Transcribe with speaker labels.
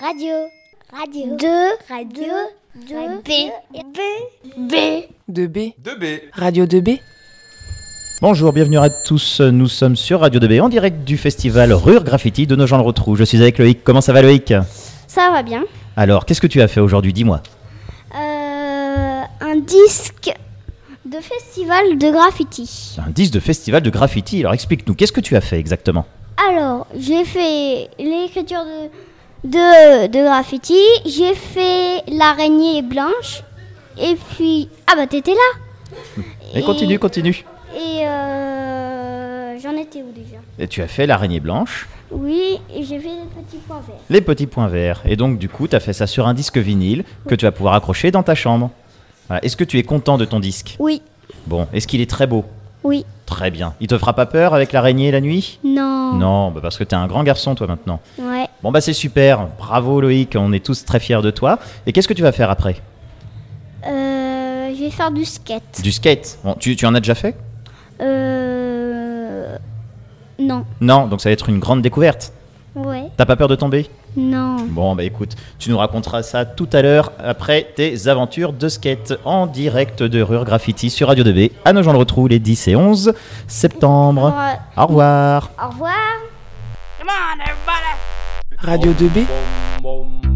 Speaker 1: Radio. Radio. De. Radio. De. B. B. B.
Speaker 2: De b
Speaker 3: 2B.
Speaker 2: Radio 2B.
Speaker 4: Bonjour, bienvenue à tous. Nous sommes sur Radio 2B en direct du festival Rure Graffiti de Nogent-le-Rotrou. Je suis avec Loïc. Comment ça va, Loïc
Speaker 1: Ça va bien.
Speaker 4: Alors, qu'est-ce que tu as fait aujourd'hui Dis-moi.
Speaker 1: Euh, un disque de festival de graffiti.
Speaker 4: C'est un disque de festival de graffiti. Alors, explique-nous, qu'est-ce que tu as fait exactement
Speaker 1: Alors, j'ai fait l'écriture de, de, de graffiti, j'ai fait l'araignée blanche, et puis... Ah bah t'étais là
Speaker 4: Et continue, continue.
Speaker 1: Et euh, j'en étais où déjà
Speaker 4: Et tu as fait l'araignée blanche,
Speaker 1: Oui, et j'ai fait des petits points verts.
Speaker 4: les petits points verts. Et donc, du coup, tu as fait ça sur un disque vinyle que tu vas pouvoir accrocher dans ta chambre. Voilà. Est-ce que tu es content de ton disque
Speaker 1: Oui,
Speaker 4: Bon, est-ce qu'il est très beau
Speaker 1: oui,
Speaker 4: Très bien. Il te fera pas peur avec l'araignée la nuit
Speaker 1: non.
Speaker 4: Non, bah parce que t'es un grand garçon toi maintenant.
Speaker 1: Ouais.
Speaker 4: Bon bah c'est super, bravo Loïc, on est tous très fiers de toi. Et qu'est-ce que tu vas faire après
Speaker 1: Euh, je vais faire du skate.
Speaker 4: Du skate Bon, tu, tu en as déjà fait
Speaker 1: Euh, non.
Speaker 4: Non, donc ça va être une grande découverte.
Speaker 1: Ouais,
Speaker 4: T'as pas peur de tomber
Speaker 1: non.
Speaker 4: Bon bah écoute, tu nous raconteras ça tout à l'heure après tes aventures de skate en direct de Rure Graffiti sur Radio 2B à nos gens le retrouvent les 10 et 11 septembre.
Speaker 1: Ouais.
Speaker 4: Au revoir
Speaker 1: Au revoir.
Speaker 2: Radio 2B.
Speaker 3: Boom, boom.